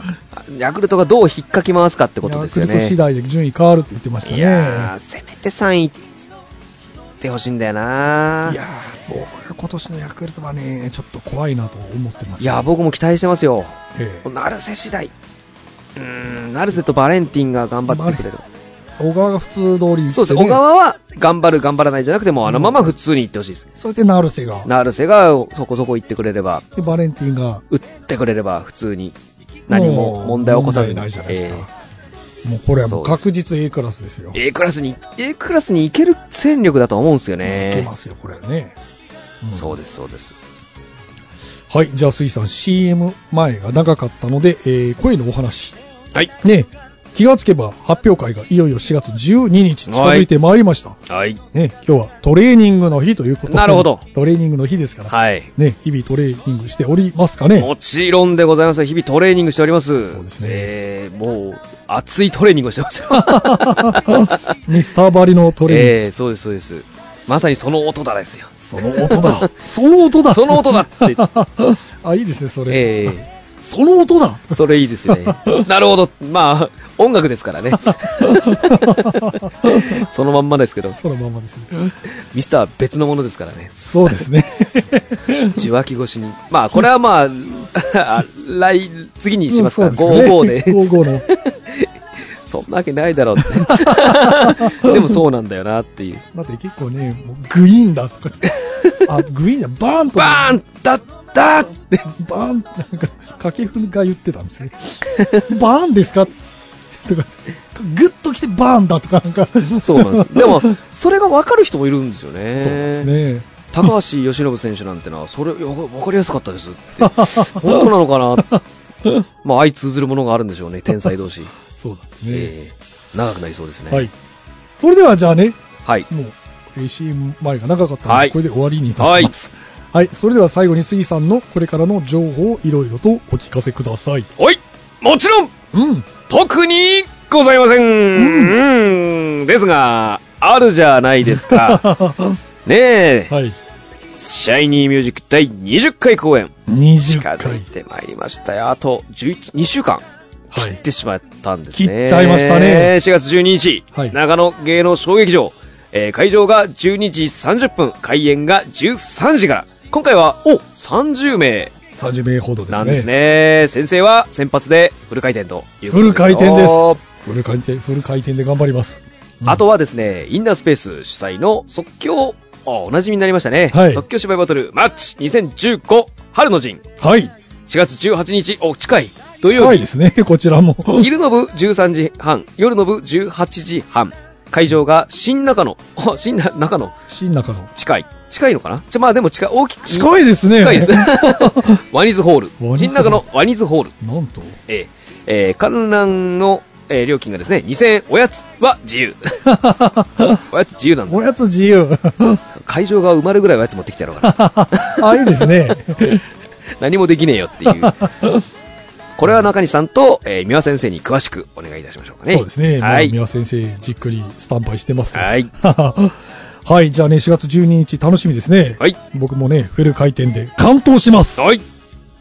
Speaker 2: ヤクルトがどう引っかき回すかってこと
Speaker 3: ヤ
Speaker 2: です
Speaker 3: ク
Speaker 2: よ
Speaker 3: ルト
Speaker 2: ね。
Speaker 3: 次第で順位変わるって言ってましたね。
Speaker 2: いやー、せめて3位ってほしいんだよない
Speaker 3: やー僕は今年のヤクルトはね、ちょっと怖いなと思ってます、
Speaker 2: いやー、僕も期待してますよ。
Speaker 3: ええ
Speaker 2: ナルセ次第。うーん、ナルセとバレンティンが頑張ってくれる。
Speaker 3: 小川が普通通り、
Speaker 2: そうですね、小。川は頑張る、頑張らないじゃなくて、もうあのまま普通に行ってほしいです。
Speaker 3: それでナルセが。
Speaker 2: ナルセがそこそこ行ってくれれば、
Speaker 3: で、バレンティンが。
Speaker 2: 打ってくれれば普通に、何も問題を起こさず
Speaker 3: 問
Speaker 2: に
Speaker 3: 題ないじゃないですか。
Speaker 2: え
Speaker 3: もうこれはもう確実 A クラスですよ。
Speaker 2: ー A クラスに、A クラスに行ける戦力だと思うんですよ
Speaker 3: いけ
Speaker 2: ね
Speaker 3: ま。すよ、これはね。うん
Speaker 2: そうです、そうです。
Speaker 3: はい、じゃあ、杉さん、CM 前が長かったので、えー、声のお話。
Speaker 2: はい。
Speaker 3: ね、気がつけば発表会がいよいよ4月12日近づいてまいりました。
Speaker 2: はい。
Speaker 3: ね、今日はトレーニングの日ということで
Speaker 2: なるほど
Speaker 3: トレーニングの日ですから、
Speaker 2: はい。
Speaker 3: ね、日々トレーニングしております かね。
Speaker 2: もちろんでございます。日々トレーニングしております。
Speaker 3: そうですね
Speaker 2: えー、もう、熱いトレーニングをしてます よ。
Speaker 3: ミスターバリのトレーニング。
Speaker 2: えー、そうです、そうです。まさにその音だですよ。
Speaker 3: その音だ。その音だ。
Speaker 2: その音だって。
Speaker 3: あ、いいですね、それ。
Speaker 2: ええ
Speaker 3: その音だ。
Speaker 2: それいいですよね。なるほど。まあ、音楽で すからね。そのまんまですけど、
Speaker 3: そのままですね。
Speaker 2: ミスターは別のものですからね。
Speaker 3: そうですね。
Speaker 2: 受話器越しに。まあ、これはまあ、あ来、次にしますか。
Speaker 3: そうですね
Speaker 2: 55で。
Speaker 3: 55の。
Speaker 2: そんなわけないだろう って。でもそうなんだよなっていう。
Speaker 3: だって結構ね、もうグイーンだとか言って。 あ、グイーンじゃん、バーンと。
Speaker 2: バーンだったって。
Speaker 3: バーンなんか、掛布が言ってたんですね。バーンですかとか、グッと来てバーンだとか、なんか。
Speaker 2: そうな んです。でも、それが分かる人もいるんですよね。
Speaker 3: そうですね。
Speaker 2: 高橋由伸選手なんてのは、それ、よく分かりやすかったですって。 本当なのかな まあ、相通ずるものがあるんでしょうね、天才同士。
Speaker 3: そうなんですね。
Speaker 2: えー長くなりそうですね。
Speaker 3: はい。。それではじゃあね、
Speaker 2: はい。
Speaker 3: もう、えー CM 前が長かったので、
Speaker 2: はい
Speaker 3: これで終わりにいたします。はい、それでは最後に杉さんのこれからの情報をいろいろとお聞かせください。
Speaker 2: おいもちろん
Speaker 3: うん。
Speaker 2: 特にございません、うん、ですが、あるじゃないですか。 ねえ、
Speaker 3: はい。
Speaker 2: シャイニーミュージック第20回公演、
Speaker 3: 20
Speaker 2: 近
Speaker 3: 回。
Speaker 2: づいてまいりましたよ。あと11、2週間。
Speaker 3: は
Speaker 2: 切っ
Speaker 3: い。
Speaker 2: てしまったんですね。
Speaker 3: 切っちゃいましたね
Speaker 2: 4月12日、
Speaker 3: はい
Speaker 2: 長野芸能小劇場、えー会場が12時30分、開演が13時から。今回は、お !30 名
Speaker 3: 30名ほどですね。
Speaker 2: なんですね。先生は先発でフル回転というこ
Speaker 3: フ
Speaker 2: とですよ
Speaker 3: ル回転です。フル回転、フル回転で頑張ります。うん
Speaker 2: あとはですね、インナースペース主催の即興、あおなじみになりましたね。
Speaker 3: はい
Speaker 2: 即興芝居バトルマッチ2015春の陣。
Speaker 3: はい。
Speaker 2: 4月18日、お、近い。土曜
Speaker 3: 近い
Speaker 2: 日
Speaker 3: で。すね、 こちら も。
Speaker 2: 昼の部13時半、夜の部18時半。会場が新中野。あ新な中野
Speaker 3: 新中の。
Speaker 2: 近い。近いのかなちょまあでも近い。大きく。
Speaker 3: 近いですね。
Speaker 2: 近いです。 ワニズホー
Speaker 3: ワ
Speaker 2: ル。
Speaker 3: ニズホール
Speaker 2: 新中野ワニズホール。
Speaker 3: なんと。
Speaker 2: えーえー観覧の、えー料金がですね、2000円。おやつは 自由。おやつ自由なんだ
Speaker 3: お。やつ自由。
Speaker 2: 会場が埋まるぐらいおやつ持ってきてやろうかな。
Speaker 3: あ、いいですね。
Speaker 2: 何もできねえよっ ていう。これは中西さんと、えー、三輪先生に詳しくお願いいたしましょうかね。
Speaker 3: そうですね。は
Speaker 2: はい
Speaker 3: い。。宮先生、じっくりスタンバイしてます。
Speaker 2: はい。
Speaker 3: はい、じゃあね、4月12日楽しみですね。
Speaker 2: はい。
Speaker 3: 僕もね、フル回転で完投します。
Speaker 2: はい。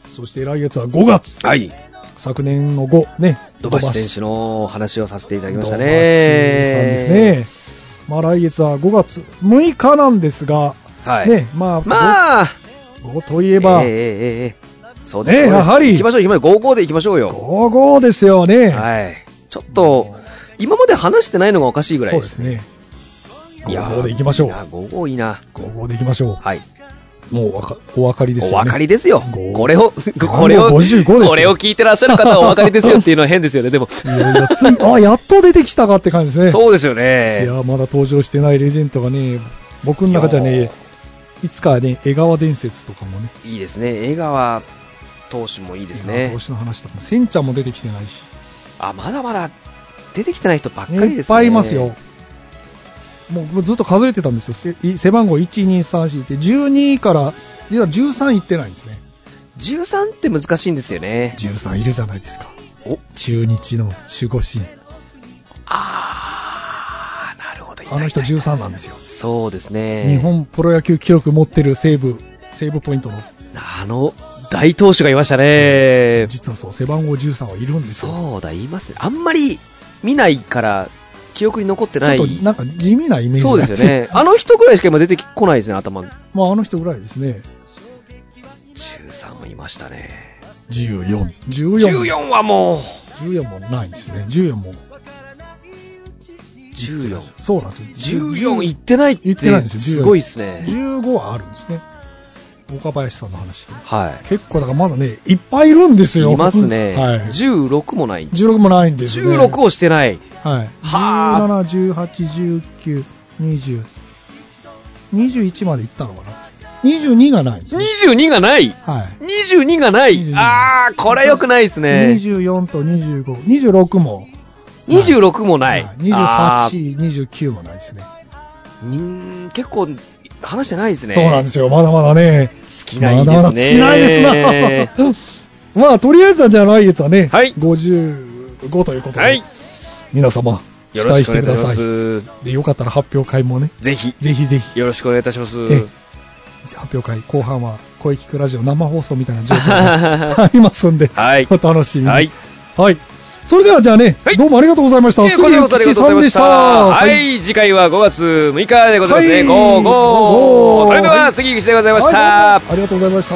Speaker 3: そして来月は5月。
Speaker 2: はい。
Speaker 3: 昨年の5、ね。
Speaker 2: 土橋選手のお話をさせていただき
Speaker 3: 土
Speaker 2: ま
Speaker 3: 橋
Speaker 2: し
Speaker 3: さ
Speaker 2: た
Speaker 3: ん
Speaker 2: ね。
Speaker 3: ですね。まあ来月は5月6日なんですが、
Speaker 2: はい。
Speaker 3: ね、まあ、
Speaker 2: まあ、
Speaker 3: 5とい
Speaker 2: え
Speaker 3: えば、
Speaker 2: えええええそうです。
Speaker 3: ね
Speaker 2: そうです
Speaker 3: やはり
Speaker 2: 行きましょう、行きましょう。55で行きましょうよ。
Speaker 3: 55ですよね。
Speaker 2: はい。ちょっと、今まで話してないのがおかしいぐらい
Speaker 3: そう
Speaker 2: で。
Speaker 3: ですすね。
Speaker 2: いやー
Speaker 3: 55で行きましょう
Speaker 2: いや。ー55いいな。
Speaker 3: 55で行きましょ
Speaker 2: はい。
Speaker 3: う。もうわかお分かりですよ
Speaker 2: お
Speaker 3: ね。
Speaker 2: 分かりですよ
Speaker 3: 55。
Speaker 2: これを、これを、
Speaker 3: 55ですよ
Speaker 2: これを聞いてらっしゃる方はお分かりですよっていうのは変ですよね。でも、
Speaker 3: いやいやついあ、やっと出てきたかって感じですね。
Speaker 2: そうですよ
Speaker 3: い
Speaker 2: ね。
Speaker 3: や、まだ登場してないレジェンドがね、僕の中じゃね、いつかね、江川伝説とかもね、
Speaker 2: いいですね。江川投手もいいです
Speaker 3: 江川
Speaker 2: ね
Speaker 3: 投。手の話とかも、センちゃんも出てきてないし、
Speaker 2: あ、まだまだ出てきてない人ばっかりですね。
Speaker 3: いっぱいいますよ。もうずっと数えてたんですよ。せい背番号1、2、3、4って、12から、実は13いってないんですね。
Speaker 2: 13って難しいんですよね。
Speaker 3: 13いるじゃないですか。
Speaker 2: お
Speaker 3: 中日の守護神。
Speaker 2: あー、なるほど。いた
Speaker 3: あの人
Speaker 2: いたい
Speaker 3: 13なんですよ
Speaker 2: た。そうですね。
Speaker 3: 日。本プロ野球記録持ってる西武、西武ポイントの、
Speaker 2: あの、大投手がいましたね。
Speaker 3: 実はそう、背番号13はいるんですよ。
Speaker 2: そうだ、言いますね。あんまり見ないから、記憶に残ってない
Speaker 3: ちょ。っとなんか地味なイメージ
Speaker 2: そうですよね。あの人ぐらいしか今出てこないですね、頭。
Speaker 3: まあ、あの人ぐらいですね。
Speaker 2: 13はいましたね。
Speaker 3: 14。14。
Speaker 2: 14はもう、
Speaker 3: 14もないんですね。14も。
Speaker 2: 14。
Speaker 3: そうなんですよ。
Speaker 2: 14いってないっ
Speaker 3: い
Speaker 2: て
Speaker 3: ってないんですよ
Speaker 2: すごいですね。
Speaker 3: 15はあるんですね。岡林さんの話で。
Speaker 2: は
Speaker 3: 結構だからまだね、いっぱいいるんです
Speaker 2: い。
Speaker 3: よ。
Speaker 2: いますね。
Speaker 3: はい。
Speaker 2: 16もない。
Speaker 3: 16もないんですよ、ね。
Speaker 2: 16をしてない。
Speaker 3: はい。
Speaker 2: は
Speaker 3: 17、18、19、20。21までいったのかな。22がないんですね。
Speaker 2: 22がない
Speaker 3: はい。
Speaker 2: 22がない
Speaker 3: 22
Speaker 2: あー、これ良くないですね。
Speaker 3: 24と25、26も。
Speaker 2: 26もない。あー
Speaker 3: 28、29もないですね。
Speaker 2: うーん結構、話してないですね。
Speaker 3: そうなんですよ。まだまだね。
Speaker 2: 尽きないですね。
Speaker 3: まだまだ尽きないですな。 まあ、とりあえずはじゃあ来月はね、
Speaker 2: はい
Speaker 3: 55ということで、
Speaker 2: はい。
Speaker 3: 皆様、期
Speaker 2: よろ
Speaker 3: 待
Speaker 2: し
Speaker 3: し
Speaker 2: くお願
Speaker 3: て
Speaker 2: いい
Speaker 3: く
Speaker 2: た
Speaker 3: だ
Speaker 2: し
Speaker 3: さい。
Speaker 2: ます。
Speaker 3: で、よかったら発表会もね、
Speaker 2: ぜひ、
Speaker 3: ぜひぜひ、
Speaker 2: よろしくお願いいたします。
Speaker 3: え発表会後半は、声聞くラジオ生放送みたいな状況 がありますんで、
Speaker 2: はい
Speaker 3: お楽しみに。
Speaker 2: はい。
Speaker 3: はいそれではじゃあね、
Speaker 2: はい
Speaker 3: どうもありがとうございました。
Speaker 2: えーこちらこそありがとうございました。は
Speaker 3: はい
Speaker 2: い、次回は5月6日でございますね。
Speaker 3: はい
Speaker 2: ゴーゴー。
Speaker 3: ゴーゴー
Speaker 2: それでは、杉口でございました。
Speaker 3: はいどうもありがとうございました。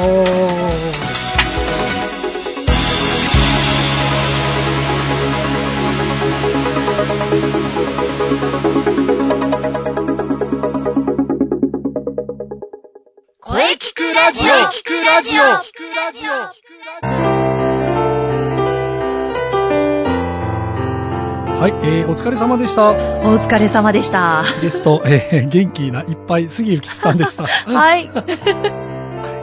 Speaker 4: 声聞くラジオ聞くラジオ聞くラジオ
Speaker 3: はい、えーお疲れ様でした。
Speaker 5: お疲れ様でした。
Speaker 3: ゲスト、えー元気ないっぱい杉浦吉さんでした。
Speaker 5: はい。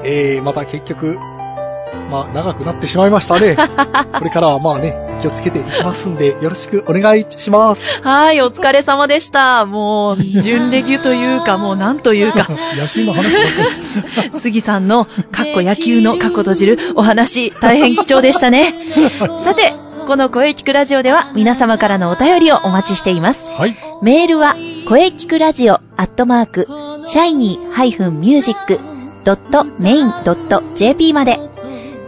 Speaker 3: えーまた結局、まあ、長くなってしまいましたね。これからはまあね、気をつけていきますんで、よろしくお願いします。
Speaker 5: はい、お疲れ様でした。もう、準レギュというか、もうなんというか、
Speaker 3: 野球の話ばっかりです。
Speaker 5: 杉さんの、かっこ野球のかっこ閉じるお話、大変貴重でしたね。さて、この声聞くラジオでは、皆様からのお便りをお待ちしています。
Speaker 3: はい。
Speaker 5: メールは、声聞くラジオアットマーク、shiny-music.main.jp まで、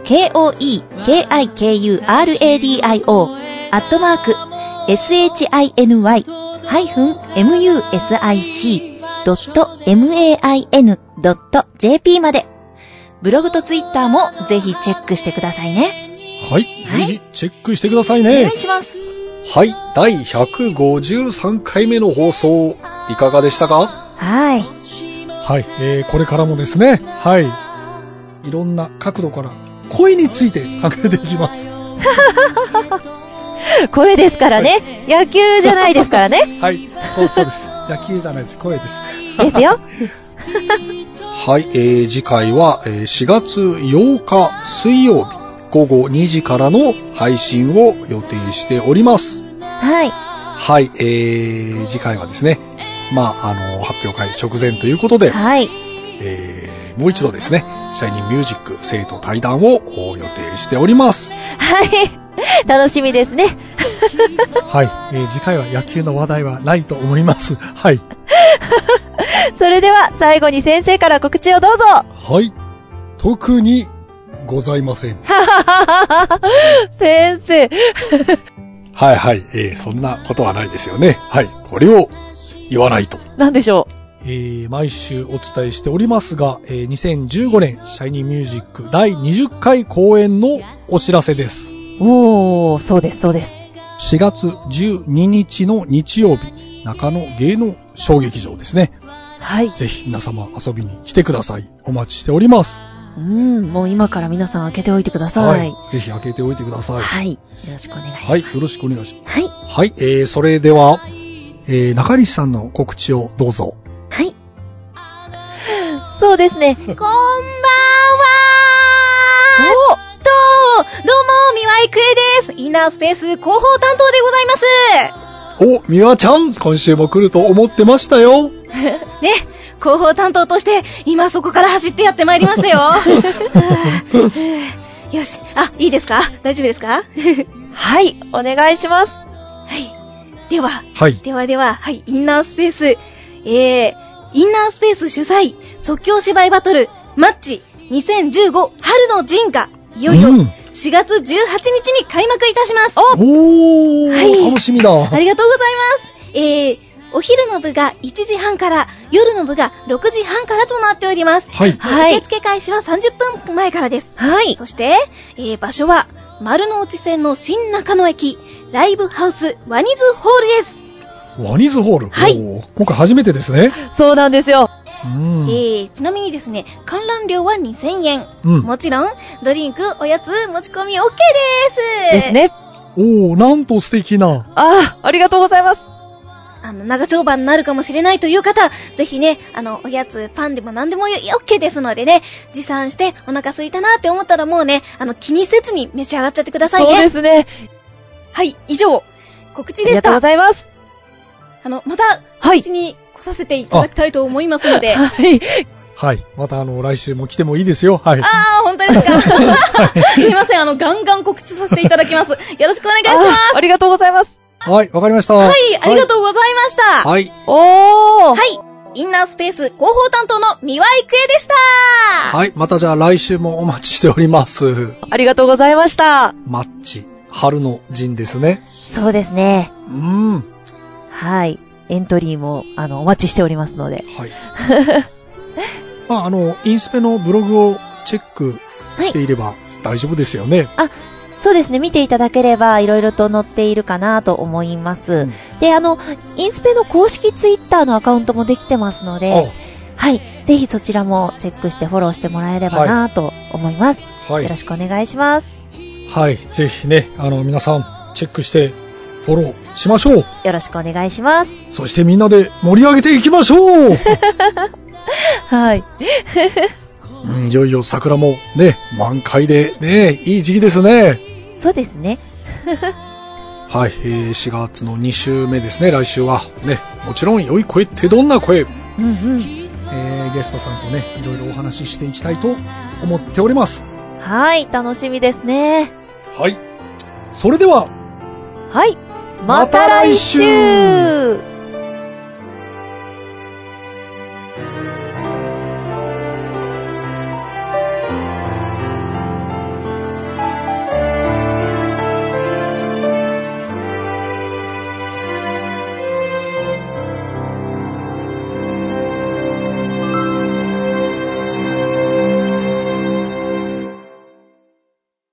Speaker 5: k-o-e-k-i-k-u-r-a-d-i-o アットマーク、shiny-music.main.jp まで、ブログとツイッターもぜひチェックしてくださいね。
Speaker 3: はい、ぜひチェックしてください
Speaker 5: お願
Speaker 3: ね
Speaker 5: い。します。
Speaker 3: はい、第153回目の放送、いかがでしたか
Speaker 5: はい。
Speaker 3: はい、えー、これからもですね、はい、いろんな角度から声について考えていきます。
Speaker 5: 声ですからね。野球じゃないですから ね。
Speaker 3: はい、そうそう です。野球じゃないです、声です。
Speaker 5: ですよ。
Speaker 3: はい、えー、次回は、えー4月8日水曜日午後2時からの配信を予定しております。
Speaker 5: はい。
Speaker 3: はい、えー、次回はですね、まあ、あの、発表会直前ということ で、
Speaker 5: はい。
Speaker 3: えー、もう一度ですね、シャイニーミュージック生徒対談をお予定しております。
Speaker 5: はい。 楽しみですね。
Speaker 3: はい、えー、次回は野球の話題はないと思います。 はい。
Speaker 5: それでは最後に先生から告知をどうぞ。
Speaker 3: はい、特にございません。
Speaker 5: 先生。
Speaker 3: はいはい、えー、そんなことはないですよね。はい、これを言わないと。
Speaker 5: なんでしょ
Speaker 3: えー毎週お伝えしておりますが、えー2015年シャイニーミュージック第20回公演のお知らせです。
Speaker 5: う。おー、そうです、そうです。
Speaker 3: 4月12日の日曜日、中野芸能小劇場ですね。
Speaker 5: はい。
Speaker 3: ぜひ皆様遊びに来てください。お待ちしております。
Speaker 5: うん、もう今から皆さん開けておいてください。
Speaker 3: はい。ぜひ開けておいてください。
Speaker 5: はい。よろしくお願いします。
Speaker 3: はい、よろしくお願いします。
Speaker 5: はい。
Speaker 3: はい、えー、それでは、えー中西さんの告知をどうぞ。
Speaker 5: はい。そうですね。こんばんはーとどうも、三輪育恵ですインナースペース広報担当でございま
Speaker 3: お、みわちゃん今週も来ると思ってましたよ。
Speaker 5: すね、広報担当として、今そこから走ってやってまいりましたよ よし、あ、いいですか大丈夫ですか はい、お願いします。はい。では、
Speaker 3: はい。
Speaker 5: ではでは、はい、インナースペース、えー、インナースペース主催、即興芝居バトル、マッチ2015春の陣が、いよいよ
Speaker 3: うん
Speaker 5: 4月18日に開幕いたします。
Speaker 3: おー、
Speaker 5: はい
Speaker 3: 楽しみだ。
Speaker 5: ありがとうございます。えー、お昼の部が1時半から、夜の部が6時半からとなっております。
Speaker 3: はい。
Speaker 5: はい
Speaker 6: 受付開始は30分前からです。
Speaker 5: はい。
Speaker 6: そして、えー場所は、丸の内線の新中野駅、ライブハウスワニズホールです。
Speaker 3: ワニズホール。
Speaker 6: はい
Speaker 3: おー今回初めてですね。
Speaker 5: そうなんですよ。
Speaker 3: うん。
Speaker 6: えーちなみにですね、観覧料は2000円。
Speaker 3: うん。
Speaker 6: もちろん、ドリンク、おやつ、持ち込み OK です。
Speaker 5: です。ね。
Speaker 3: おー、なんと素敵な。
Speaker 5: ああ、ありがとうございます。
Speaker 6: あの、長丁場になるかもしれないという方、ぜひね、あの、おやつ、パンでも何でも OK ですのでね、持参してお腹空いたなって思ったらもうね、あの、気にせずに召し上がっちゃってください
Speaker 5: そうで
Speaker 6: ね。
Speaker 5: すね。
Speaker 6: はい、以上、告知
Speaker 5: あ
Speaker 6: で
Speaker 5: り
Speaker 6: し
Speaker 5: がと
Speaker 6: た
Speaker 5: うご。ざいます。
Speaker 6: あの、また、
Speaker 5: は
Speaker 6: う
Speaker 5: い
Speaker 6: ち。に来させていただきたいと思いますので。あ
Speaker 5: はい。
Speaker 3: はい。またあの、来週も来てもいいですよ。はい。
Speaker 6: あー、本当ですか すいません、あの、ガンガン告知させていただきます。よろしくお願いします。
Speaker 5: あーありがとうございます。
Speaker 3: はい、わかりました。は
Speaker 6: はい、ありがとうございました。は
Speaker 3: はい。
Speaker 5: おー。
Speaker 6: い、インナースペース広報担当の三輪郁恵でした。
Speaker 3: はい。またじゃあ来週もお待ちしております。
Speaker 5: ありがとうございました。
Speaker 3: マッチ、春の陣ですね。
Speaker 5: そうですね。
Speaker 3: うん。は
Speaker 5: はい。エントリーも、あの、お待ちしております ので。
Speaker 3: い。まあ、あの、インスペのブログをチェックしていれば大丈夫ですよね。
Speaker 5: そうですね、見ていただければ、いろいろと載っているかなと思います。
Speaker 3: うん
Speaker 5: で、あの、インスペの公式ツイッターのアカウントもできてますので、はい。ぜひそちらもチェックしてフォローしてもらえればなと思います、
Speaker 3: あは
Speaker 5: よろ
Speaker 3: い。
Speaker 5: しくお願いします。
Speaker 3: はい。ぜひね、あの、皆さん、チェックして、フォローしましょう。
Speaker 5: よろしくお願いします。
Speaker 3: そしてみんなで盛り上げていきま しょう
Speaker 5: はい。
Speaker 3: うんいよいよ桜もね、満開でね、いい時期ですね。
Speaker 5: そうですね。
Speaker 3: はい、えー4月の2週目ですね、来週は。ね、もちろん良い声ってどんな声、え
Speaker 5: うんうん。
Speaker 3: ーゲストさんとね、いろいろお話ししていきたいと思っております。
Speaker 5: はい。楽しみですね。
Speaker 3: はい。それでは、
Speaker 5: はい。
Speaker 3: また来週